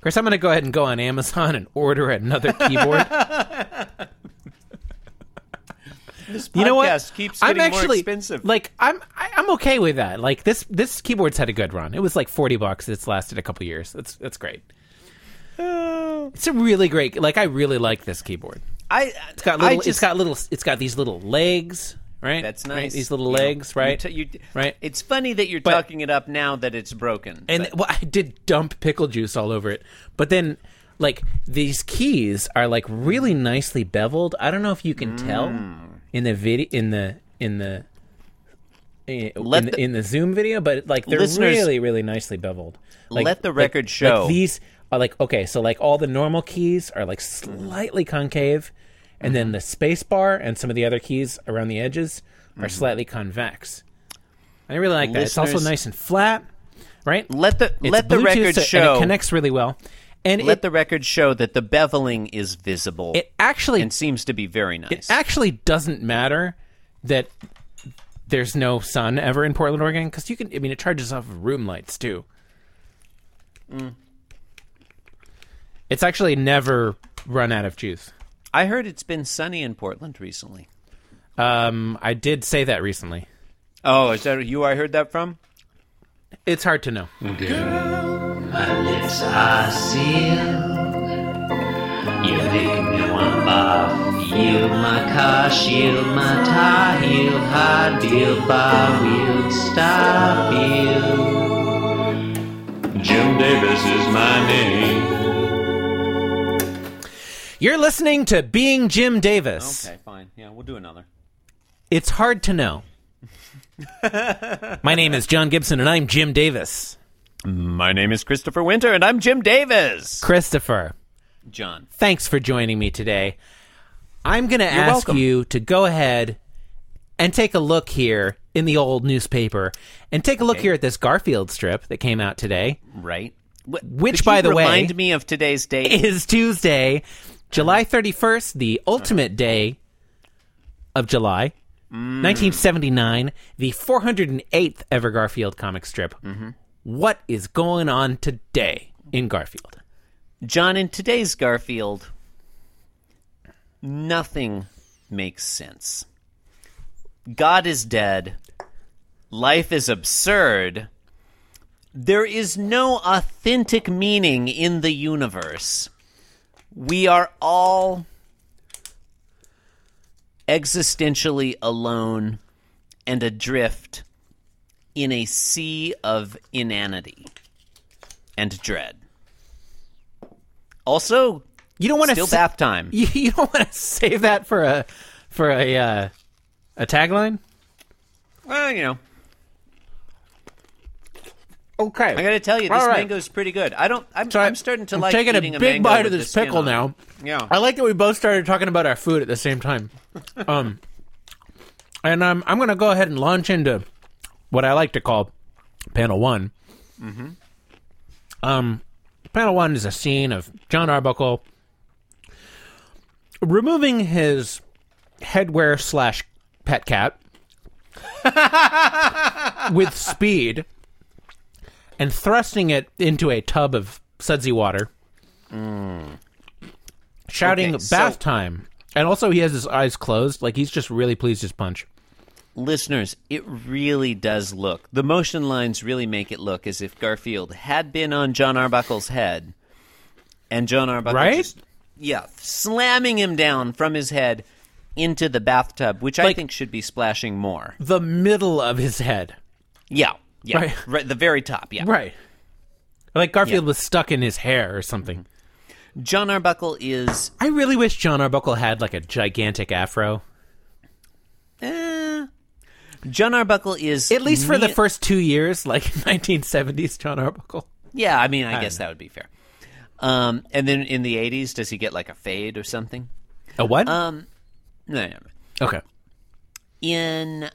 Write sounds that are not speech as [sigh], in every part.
Chris, I'm going to go ahead and go on Amazon and order another keyboard. This podcast you [laughs] know what? keeps I'm getting actually more expensive. like I'm I, I'm okay with that. Like this this keyboard's had a good run. It was like 40 bucks. It's lasted a couple years. That's that's great. Oh. It's a really great. Like I really like this keyboard. I, It's got little. I just, it's got little. It's got these little legs, right? That's Right? nice. These little You know, legs, right? You t- you- Right. It's funny that you're But- talking it up now that it's broken. and well, I did dump pickle juice all over it, but then like these keys are like really nicely beveled. I don't know if you can tell Mm. in the video in the in the. eh, In, Let the, the- in the Zoom video, but like they're Listeners- really, really nicely beveled. Like, Let the like- record like show. these are like okay, so like all the normal keys are like slightly concave, and Mm-hmm. then the space bar and some of the other keys around the edges are slightly convex. I really like that. It's also Mm-hmm. Listeners- nice and flat, right? let the It's let the Bluetooth, record so- show. And it connects really well. And let it, the record show that the beveling is visible it actually and seems to be very nice. it actually doesn't matter that there's no sun ever in Portland, Oregon, because you can. I mean, it charges off of room lights too. Mm. It's actually never run out of juice. I heard it's been sunny in Portland recently. Um, I did say that recently. Oh, is that you? I heard that from. It's hard to know. lips are sealed. You make me wanna barf. Yield my car, shield my tie, heel, hard deal, bar wheel, stop you. Jim Davis is my name. You're listening to Being Jim Davis. Okay, fine. Yeah, we'll do another. It's hard to [laughs] know. My name is John Gibson, and I'm Jim Davis. My name is Christopher Winter, and I'm Jim Davis. Christopher. John, thanks for joining me today. I'm going to ask welcome. you to go ahead and take a look here in the old newspaper and take a look here at this Garfield strip that came out today, right? Wh- Which, could by you the way- remind me of today's date. is Tuesday, July 31st, the ultimate day of July. Mm. 1979, the 408th ever Garfield comic strip. Mm-hmm. What is going on today in Garfield? John, in today's Garfield, nothing makes sense. God is dead. Life is absurd. There is no authentic meaning in the universe. We are all existentially alone and adrift in a sea of inanity and dread. Also, You don't want to still bath time. you, [laughs] you don't want to save that for a for a uh, a tagline. Well, you know, Okay, I got to tell you, this All right. mango's pretty good. I don't. I'm, So I- I'm starting to I'm like taking eating a big mango bite of with this the skin pickle on it. now. Yeah. I like that we both started talking about our food at the same [laughs] time. Um, and um, I'm going to go ahead and launch into what I like to call panel one. Mm-hmm. Um, panel one is a scene of John Arbuckle removing his headwear slash pet [laughs] cat with speed and thrusting it into a tub of sudsy water, shouting Mm. Okay, bath so- time. And also, he has his eyes closed, like he's just really pleased his punch. Listeners, it really does look. The motion lines really make it look as if Garfield had been on John Arbuckle's head, and John Arbuckle, Right? just- yeah, slamming him down from his head into the bathtub, which I Like- think should be splashing more. The middle of his head, Yeah, yeah, Right. right, the very top. Yeah, right? Like Garfield Yeah. Mm-hmm. was stuck in his hair or something. John Arbuckle is I really wish John Arbuckle had like a gigantic afro, Eh. John Arbuckle is at least for the ne- first two years, like [laughs] 1970s John Arbuckle. Yeah, I mean, I, guess that would be fair. Um, and then in the '80s, does he get like a fade or something? A what? No, never. mind. okay. In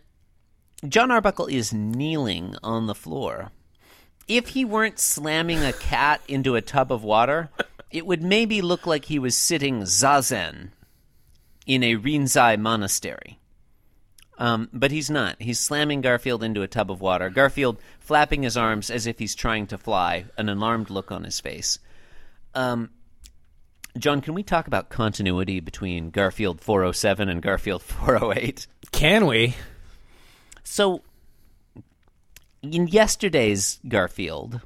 John Arbuckle is kneeling on the floor. If he weren't slamming a cat into a tub of water, it would maybe look like he was sitting zazen in a Rinzai monastery. Um, but he's not. He's slamming Garfield into a tub of water. Garfield flapping his arms as if he's trying to fly, an alarmed look on his face. Um, John, can we talk about continuity between Garfield 407 and Garfield [laughs] 408? Can we? So, in yesterday's Garfield,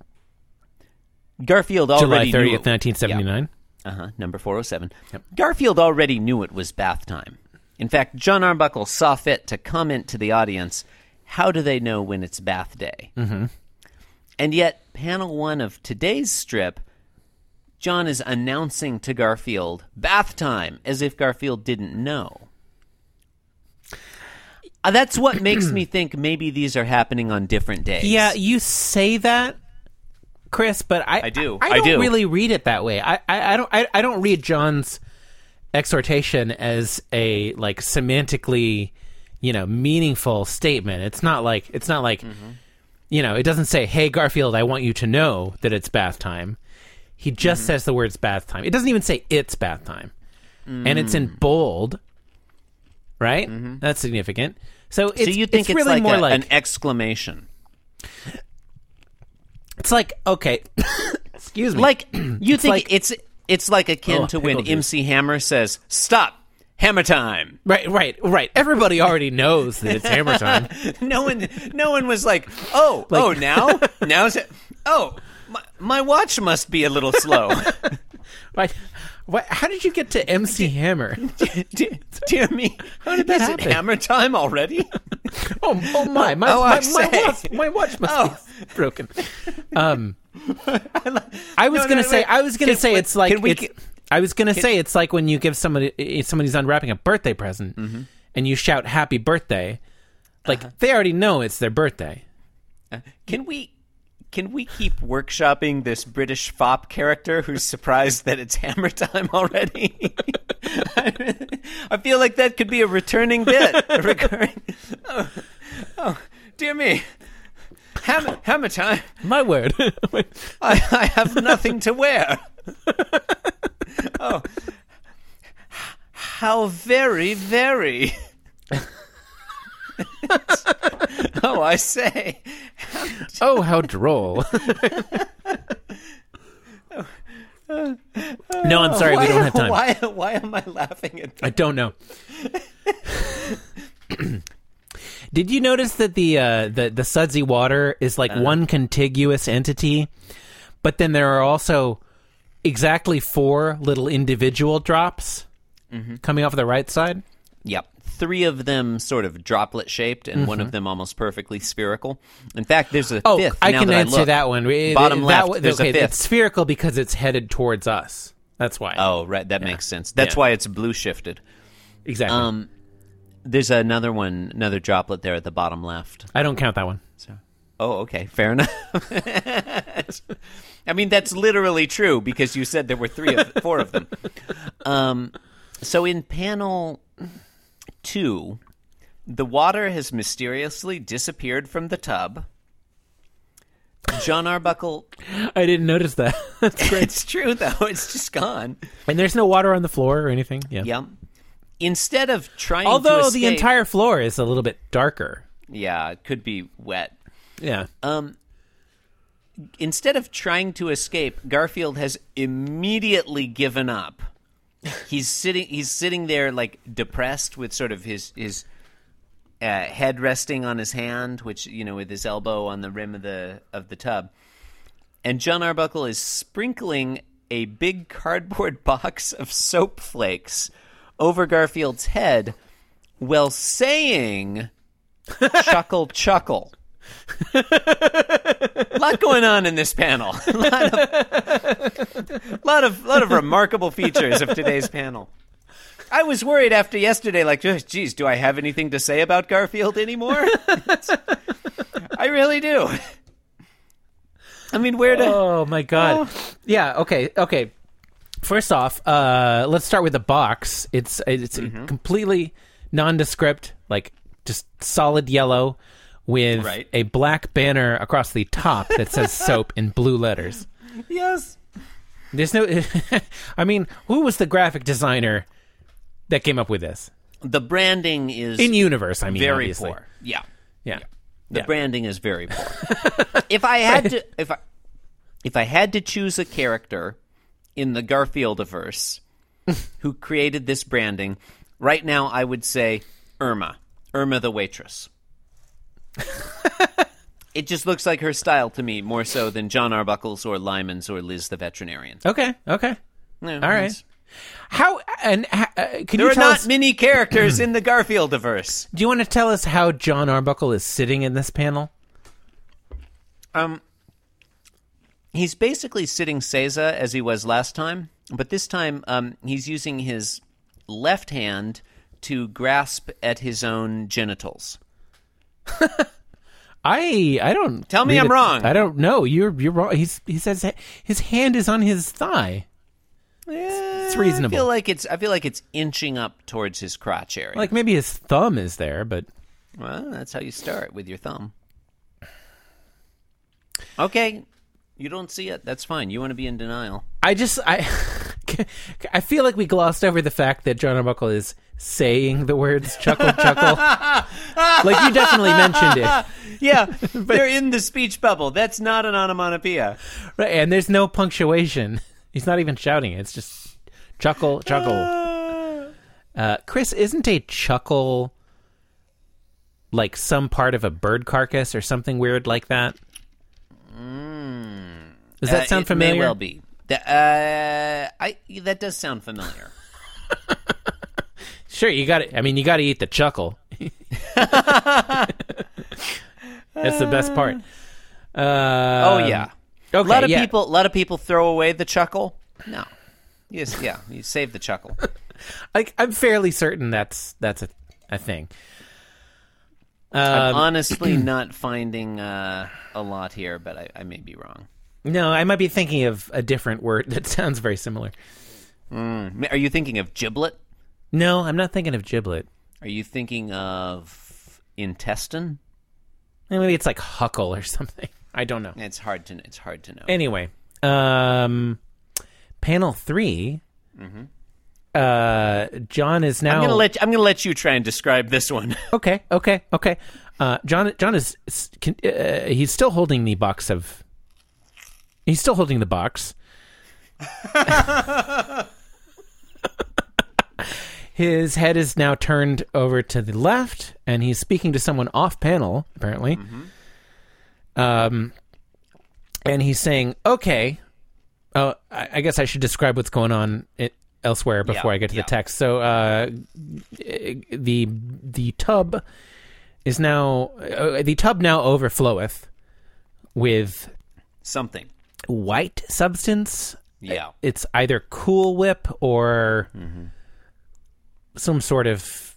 Garfield already July 30th, knew it- 1979. uh huh. Number 407. Garfield already knew it was bath time. In fact, John Arbuckle saw fit to comment to the audience, How do they know when it's bath day? Mm-hmm. And yet, panel one of today's strip, John is announcing to Garfield, Bath time, as if Garfield didn't know. Uh, [clears throat] that's what makes me think maybe these are happening on different days. Yeah, you say that, Chris, but I, I do. I, I don't do. really read it that way. I, I, I don't. I, I don't read John's exhortation as a like semantically, you know, meaningful statement. It's not like it's not like, Mm-hmm. you know, it doesn't say, "Hey Garfield, I want you to know that it's bath time." He Mm-hmm. just says the words "bath time." It doesn't even say it's bath time, and it's in Mm. bold. Right, that's significant. So, it's, Mm-hmm. So you it's, think it's, really like, more a- like an exclamation. It's like okay, [coughs] excuse me. Like [clears throat] you think like- it's it's like akin Oh, to when pickle juice. MC Hammer says, "Stop, hammer time." [laughs] right, right, right. Everybody already knows that it's hammer [laughs] time. No one, no one was like, "Oh, oh, [laughs] now, now is it? Oh, my, my watch must be a little [laughs] slow." Like, what, how did you get to MC [laughs] Hammer? dear, dear me, how did that is happen? it hammer time already? [laughs] Oh, oh my, my, Oh, I Oh. my, my, say. watch, my watch must be broken. [laughs] Um, I was No, no, gonna no, say, wait. I was gonna Can- say, wait, it's like can we it's, get- I was gonna say it's like when you give somebody if somebody's unwrapping a birthday present Mm-hmm. and you shout "Happy Birthday," like Uh-huh. they already know it's their birthday. Can we? Can we keep workshopping this British fop character who's surprised that it's [laughs] hammer time already? [laughs] I feel like that could be a returning bit. A recurring. Oh, oh, dear me. Hammer, hammer time. My [laughs] word, [laughs] I, I have nothing to wear. oh, how very, very. [laughs] oh, I say. Oh, how droll. [laughs] no, I'm sorry. why, We don't have time. Why, why am I laughing at I that? don't [laughs] know. Did you notice that the uh, the the sudsy water is like Uh-huh. one contiguous entity, but then there are also exactly four little individual drops Mm-hmm. coming off the right side? Yep. Three of them sort of droplet shaped, and one of them almost perfectly spherical. In fact, there's a Oh, fifth. I now can that answer look. that one. It- Bottom that left, one- there's a okay, fifth. It's spherical because it's headed towards us. That's why. Oh, right. That makes sense. That's Yeah. why it's blue shifted. exactly. Um, there's another one, another droplet there at the bottom left. I don't count that one. Oh, okay. Fair enough. [laughs] I mean, that's literally true because you said there were three of four of them. Um, so in panel two, the water has mysteriously disappeared from the tub. John Arbuckle. [gasps] [laughs] I didn't notice that. it's true though. It's just gone. [laughs] and there's no water on the floor or anything. Yeah. Yep. Instead of trying, to Although the escape- entire floor is a little bit darker. yeah, it could be wet. Yeah. Um, instead of trying to escape, Garfield has immediately given up. He's sitting. He's sitting there like depressed, with sort of his his uh, head resting on his hand, which you know, with his elbow on the rim of the of the tub. And John Arbuckle is sprinkling a big cardboard [laughs] box of soap flakes over Garfield's head, while saying, "Chuckle, [laughs] chuckle." lot going on in this panel. [laughs] a lot of, lot of lot of remarkable features of today's panel. I was worried after yesterday, like, "Ugh, geez, do I have anything to say about Garfield anymore? [laughs] I really do. I mean, where to? Oh my god. Yeah, okay, okay. First off, uh let's start with the box. It's it's completely nondescript, like just solid yellow with Right. a black banner across the top that [laughs] says soap in blue letters. yes, There's no [laughs] I mean, who was the graphic designer that came up with this? the branding is In universe, I mean, very obviously. poor. Yeah, Yeah. the Yeah. branding is very poor. [laughs] if I had to, if I, if I had to choose a character in [laughs] the Garfieldiverse who created this branding, right now I would say Irma, Irma [laughs] the waitress. it just looks like her style to me more so than John Arbuckle's or Lyman's or Liz the veterinarian. Okay. Okay. Yeah, All right. it's- How and uh, can There you are tell not us? [clears throat] many characters in the Garfieldiverse. do you want to tell us how John Arbuckle is sitting in this panel? Um, he's basically sitting Seiza as he was last time, but this time um, he's using his left hand to grasp at his own genitals. I I don't Tell me read I'm it- wrong. I don't know. You're you're wrong. He's he says that his hand is on his thigh. It's reasonable. I feel like it's. I feel like it's inching up towards his crotch area. Like maybe his thumb is there, but well, that's how you start with your thumb. Okay, you don't see it. That's fine. You want to be in denial. I just I [laughs] I feel like we glossed over the fact that John Arbuckle is saying the words chuckle [laughs] chuckle. like you definitely mentioned it. [laughs] Yeah, they're in the speech bubble. That's not an onomatopoeia. Right, and there's no punctuation. [laughs] He's not even shouting it. It's just chuckle chuckle. Ah. Uh, Chris, isn't a chuckle like some part of a bird carcass or something weird like that? Does that Uh, sound it familiar? May well be. Th- uh, I that does sound familiar. Sure, you got to I mean, you got to eat the chuckle. [laughs] That's the best part. Uh, oh yeah, okay, a lot of yeah. people. A lot of people throw away the chuckle. No, yes, yeah, you save the chuckle. I, I'm fairly certain that's that's a, a thing. Uh, Um, I'm honestly not finding uh, a lot here, but I, I may be wrong. No, I might be thinking of a different word [laughs] that sounds very similar. M- Are you thinking of giblet? No, I'm not thinking of giblet. Are you thinking of intestine? Maybe it's like huckle or [laughs] something. I don't know. It's hard to. It's hard to know. Anyway, um, panel 3 Uh, John is now. Mm-hmm. I'm gonna let. I'm gonna let you try and describe this one. [laughs] Okay, okay, okay. Uh, John, John is s- can, uh, he's still holding the box of. He's still holding the box. His head is now turned over to the left, and he's speaking to someone off panel, apparently. Mm-hmm. Um, and he's saying, "Okay, oh, I, I guess I should describe what's going on it, elsewhere before I get to yeah. the text." So, uh, the the tub is now uh, the tub now overfloweth with Something. white substance. Yeah. It's either Cool Whip or some sort of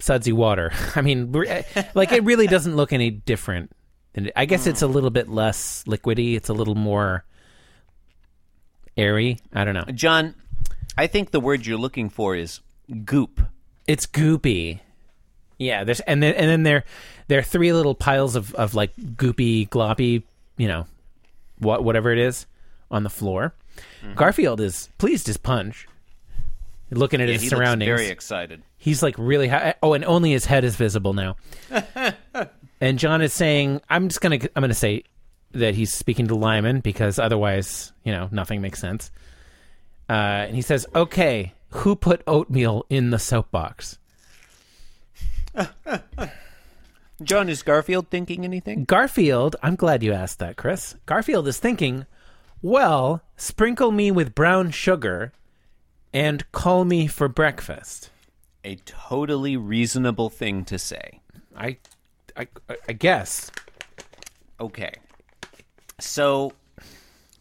sudsy water. [laughs] I mean, we're- like it really doesn't look any different. than- I guess it's a little bit less liquidy. It's a little more airy. I don't know. John, I think the word you're looking for is goop. it's goopy. Yeah, there's and then and then there there are three little piles of of like goopy gloppy, you know, what whatever it is on the floor. Mm-hmm. Garfield is pleased as punch, looking at his he surroundings. looks very excited. He's like really high. Oh, and only his head is visible [laughs] now. and John is saying, "I'm just gonna I'm gonna say that he's speaking to Lyman because otherwise, you know, nothing makes sense." Uh, and he says, "Okay, who put oatmeal in the soapbox?" John, is Garfield thinking anything? Garfield, I'm glad you asked that, Chris. Garfield is thinking, "Well, sprinkle me with brown sugar, and call me for breakfast." A totally reasonable thing to say. I, I, I guess. Okay. So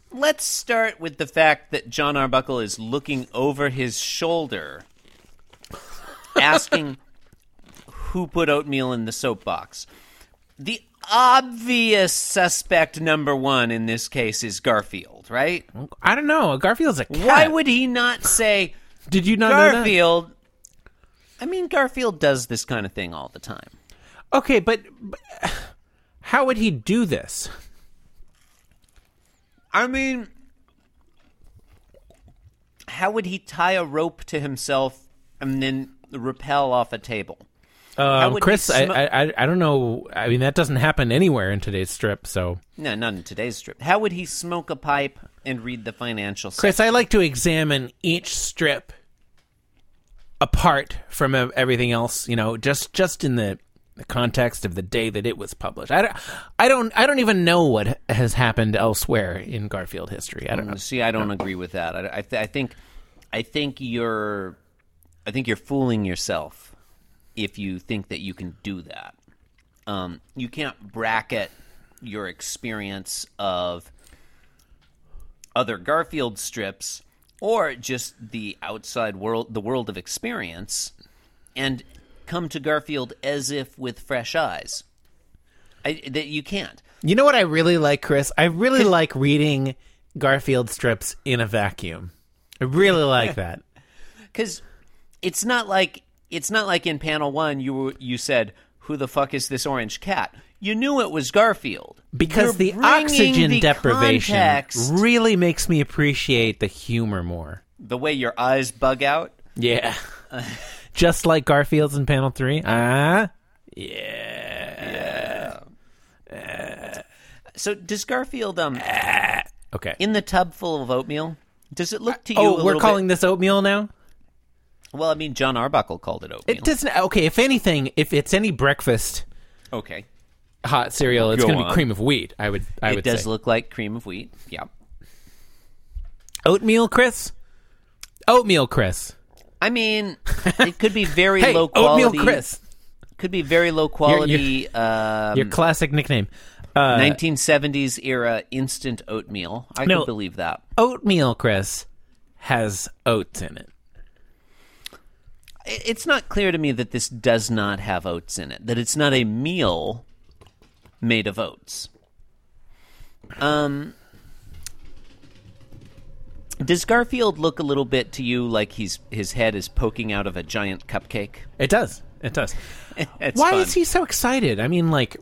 let's start with the fact that John Arbuckle is looking over his shoulder, asking [laughs] who put oatmeal in the soapbox. The obvious suspect number one in this case is Garfield, right? I don't know. Garfield's a cat. Why would he not say Did you not know Garfield? I mean, Garfield does this kind of thing all the time. that? Okay, but, but how would he do this? I mean, how would he tie a rope to himself and then rappel off a table? How Um, would Chris, he I smo- I, I I don't know. I mean, that doesn't happen anywhere in today's strip. So, no, not in today's strip. How would he smoke a pipe and read the financial? sec- Chris, I like to examine each strip apart from ev- everything else. You know, just just in the, the context of the day that it was published. I don't, I don't, I don't even know what has happened elsewhere in Garfield history. I don't know. See, I don't agree with that. I, I, th- I think, I think you're, I think you're fooling yourself if you think that you can do that. Um, you can't bracket your experience of other Garfield strips or just the outside world, the world of experience, and come to Garfield as if with fresh eyes. I, that you can't. You know what I really like, Chris? I really like reading Garfield strips in a vacuum. I really like that. because it's not like it's not like in panel one you were, you said who the fuck is this orange cat you knew it was garfield because You're the bringing oxygen the deprivation context, really makes me appreciate the humor more. the way your eyes bug out Yeah. [laughs] Just like Garfield's in panel 3. Ah. so does garfield um Okay. in the tub full of oatmeal does it look to you a oh, we're little calling this oatmeal now? bit, well i mean john arbuckle called it oatmeal It doesn't Okay, if anything, if it's any breakfast okay hot cereal, it's Go going to be on. cream of wheat, I would I it would does say. look like cream of wheat yeah oatmeal, Chris? Oatmeal, Chris. i mean it could be [laughs] very Hey, low quality oatmeal, Chris. could be very low quality um, Your classic nickname. Uh, 1970s era instant oatmeal. I No. could believe that. oatmeal, Chris has oats in it. I- It's not clear to me that this does not have oats in it. That it's not a meal made of oats. Um Does Garfield look a little bit to you like he's his head is poking out of a giant cupcake? [laughs] It does. It does. It's Why fun. is he so excited? I mean, like,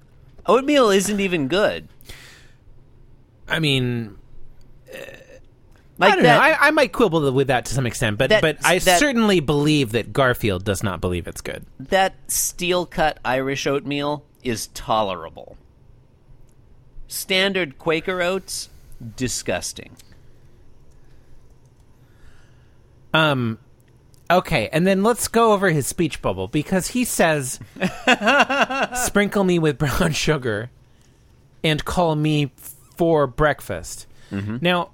Oatmeal isn't even good. I mean, Like I don't that, know. I, I might quibble with that to some extent, but That- but I that- certainly believe that Garfield does not believe it's good. that steel cut Irish oatmeal is tolerable. Standard Quaker oats, disgusting. Okay, and then let's go over his speech bubble because he [laughs] says, "Sprinkle me with brown [laughs] sugar, and call me for breakfast." Now,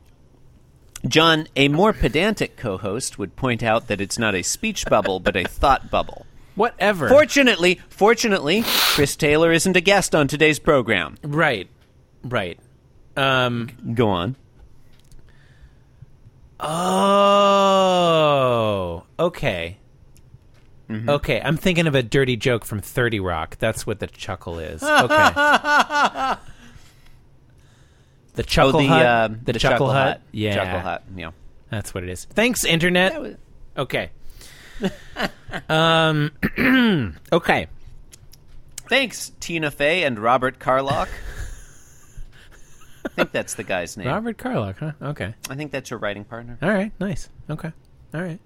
John, a more pedantic co host would point out that it's not a speech bubble, but a thought bubble. whatever. Fortunately, fortunately, Chris Taylor isn't a guest on today's program. right, right. Um. Go on. Oh, okay. Okay, I'm thinking of a dirty joke from 30 Rock. That's what the chuckle [laughs] is. Okay. Oh, the chuckle the hut. uh, the, chuckle, hut. Yeah. Chuckle hut. Yeah. That's what it is. Thanks internet. was- [laughs] Okay. um [clears throat] okay. Thanks, Tina Fey and Robert [laughs] Carlock. I think that's the guy's name. Robert Carlock, huh? Okay. I think that's your writing partner. All right. Nice. Okay. All right.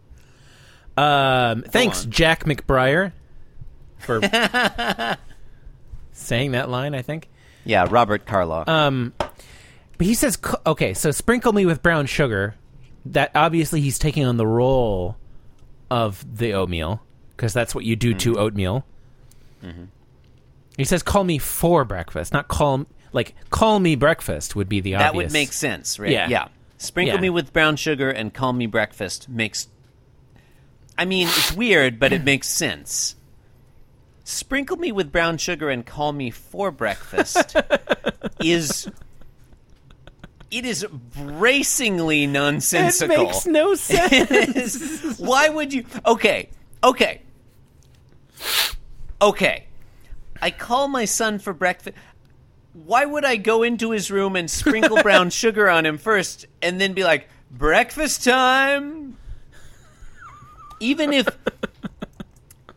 Um, thanks, on. Jack McBriar, [laughs] for saying that line. I think. Yeah, Robert Carlock. But he says, c- okay, so sprinkle me with brown sugar. That obviously he's taking on the role of the oatmeal because that's what you do to Mm-hmm. oatmeal. He says, call me for breakfast, not call like call me breakfast would be the That obvious. would make sense, right? Yeah. Sprinkle Yeah. me with brown sugar and call me breakfast makes. I mean, it's weird, but [laughs] it makes sense. Sprinkle me with brown sugar and call me [laughs] for breakfast is. It is bracingly That nonsensical. makes [laughs] no sense. Why would you? Okay, okay, okay. I call my son for breakfast. Why would I go into his room and sprinkle brown sugar on him first, and then be like, "Breakfast time"? Even if,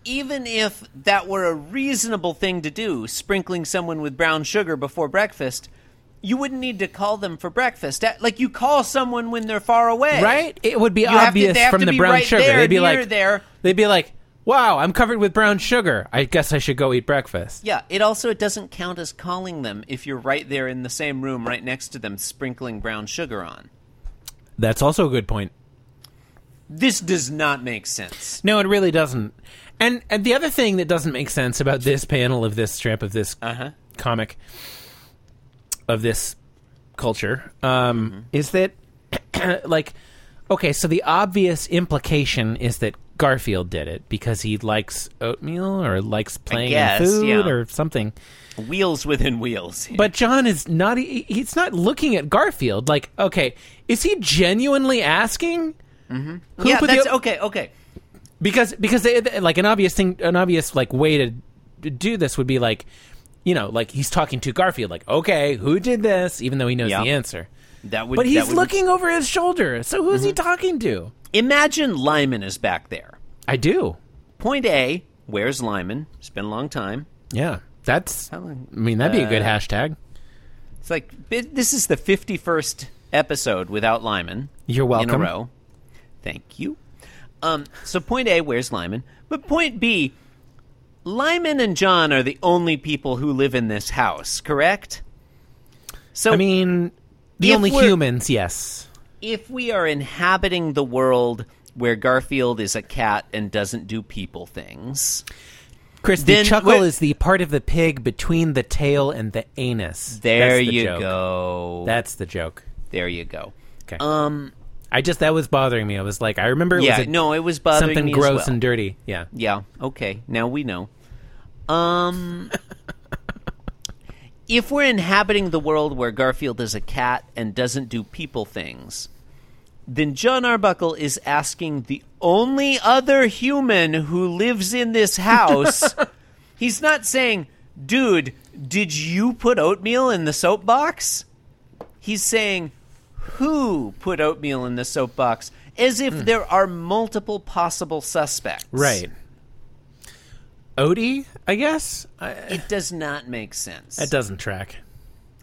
even if that were a reasonable thing to do, sprinkling someone with brown sugar before breakfast. You wouldn't need to call them for breakfast. That- Like you call someone when they're far away, right? It would be you have to- obvious they have from to the be brown right sugar. there, they'd be near like, there. they'd be like, Wow, I'm covered with brown sugar. I guess I should go eat breakfast. Yeah, it also it doesn't count as calling them if you're right there in the same room right next to them sprinkling brown sugar on. That's also a good point. This does not make sense. No, it really doesn't. And and the other thing that doesn't make sense about this panel of this strip of this comic of this culture um, is that [clears throat] like okay, so the obvious implication is that Garfield did it because he likes oatmeal or likes playing in guess, food yeah. or something. Wheels within wheels. But John is not he- he's not looking at Garfield like okay, is he genuinely asking? Mm-hmm. yeah, that's okay, okay. because because they, they- like an obvious thing an obvious like way to d- do this would be like you know like he's talking to garfield like okay who did this even though he knows Yeah. the answer That would Mm-hmm. but that he's would- looking over his shoulder so who's he talking to Imagine Lyman is back there. i do Point A, where's Lyman? It's been a long time. yeah that's i long- mean that'd be a good uh, hashtag It's like it- this is the 51st episode without Lyman. You're In welcome. a row. Thank you. Um, so point A, where's Lyman? But point B, Lyman and John are the only people who live in this house, correct? So i mean the If only we're- humans yes if we are inhabiting the world where Garfield is a cat and doesn't do people things, chris the Then chuckle we're- is the part of the pig between the tail and the anus there That's the you joke. go. that's the joke there you go. okay Um, i just that was bothering me i was like i remember it yeah, was a, no, it was bothering something me as gross well. and dirty yeah Yeah. Okay. Now we know. Um, if we're inhabiting the world where Garfield is a cat and doesn't do people things, then John Arbuckle is asking the only other human who lives in this house. he's not saying, "Dude, did you put oatmeal in the soapbox?" He's saying, "Who put oatmeal in the soapbox?" As if there are multiple possible suspects. Right. Odie, I guess? I, It does not make sense. that doesn't track.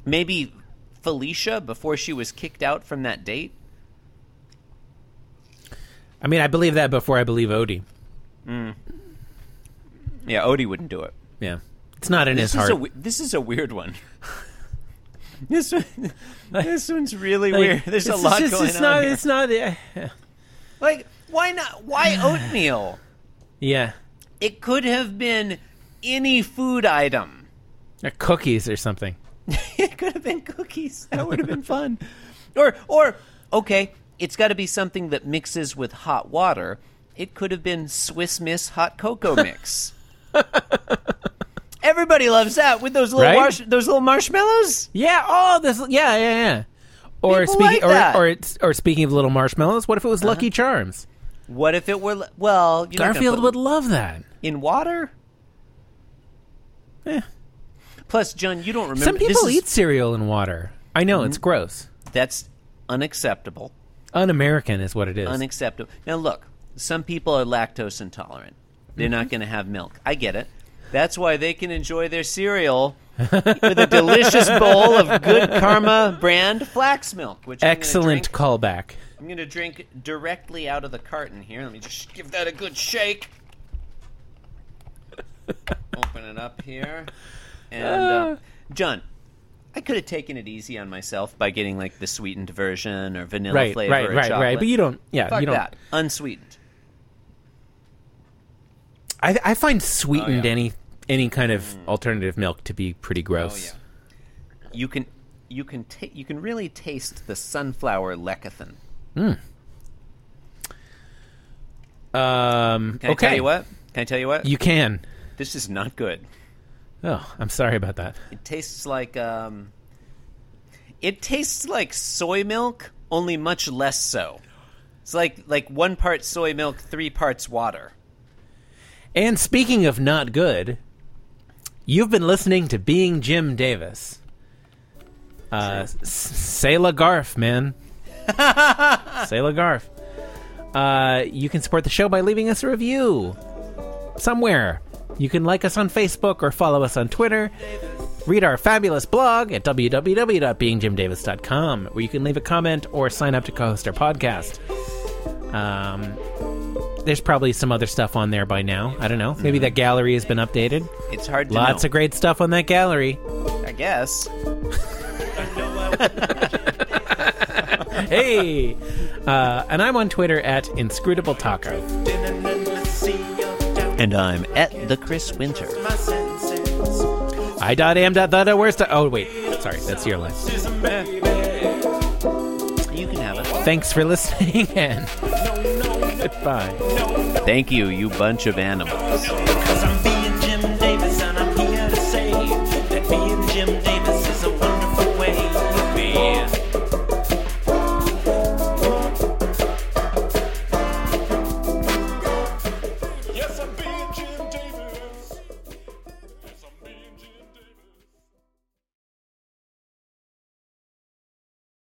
Maybe Felicia before she was kicked out from that date. I mean, I believe that before I believe Odie. Yeah, Odie wouldn't do it. Yeah. It's not in his This is, heart. a, we- this is a weird one. [laughs] this one, this one's really Like, weird. There's a it's lot just- going it's on. Not, here. It's not. Yeah. Like, why [sighs] not? Why oatmeal? yeah. It could have been any food item. Or cookies or something. [laughs] it could have been cookies. That would have been fun. Or, or okay, it's got to be something that mixes with hot water. It could have been Swiss Miss [laughs] hot cocoa mix. Everybody loves that with those little Right? marsh- those little marshmallows. Yeah. Oh, this. Yeah, yeah, yeah. Or People speaking, like that. Uh-huh. or or, it's, or speaking of little marshmallows, what if it was Lucky Charms? What if it were li- well? You're not gonna Garfield put would love that. in water. Eh. Plus, John, you don't remember. Some people this is- eat cereal and water. I know Mm-hmm. it's gross. that's unacceptable. Un-American is what it is. unacceptable. Now, look, some people are lactose intolerant. They're Mm-hmm. not going to have milk. I get it. That's why they can enjoy their cereal with a [laughs] delicious bowl of good karma brand flax milk, which I'm gonna Excellent drink- callback. I'm going to drink directly out of the carton here. Let me just give that a [laughs] good shake. Open it up here. And, Ah. uh, John, I could have taken it easy on myself by getting like the sweetened version or vanilla Right, flavor right, or right, right. chocolate. But you don't. Yeah, Fuck you don't. that. Unsweetened. I, I find sweetened Oh, yeah. Mm. any any kind of alternative milk to be pretty gross. Oh, You can you can ta- you can really taste the sunflower lecithin. Um, Can I okay. tell you what? Can I tell you what? You can. this is not good. Oh, I'm sorry about that. It tastes like um it tastes like soy milk, only much less so. It's like like one part soy milk, three parts water. And speaking of not good, you've been listening to Being Jim Davis. Uh, S- Sayla Garf, man. Sayla Garf. Uh, you can support the show by leaving us a review somewhere. You can like us on Facebook or follow us on Twitter. Read our fabulous blog at www.beingjimdavis.com, where you can leave a comment or sign up to co host our podcast. Um, there's probably some other stuff on there by now. I don't know. Maybe that gallery has been updated. It's hard to Lots know. of great stuff on that gallery. I guess. hey! Uh, and I'm on Twitter at inscrutable taco. And I'm at the Chris Winter. I dot am dot dot dot where's the oh wait sorry that's your line. You can have it. Thanks for listening [laughs] and goodbye. Thank you, you bunch of animals. Cause I'm beat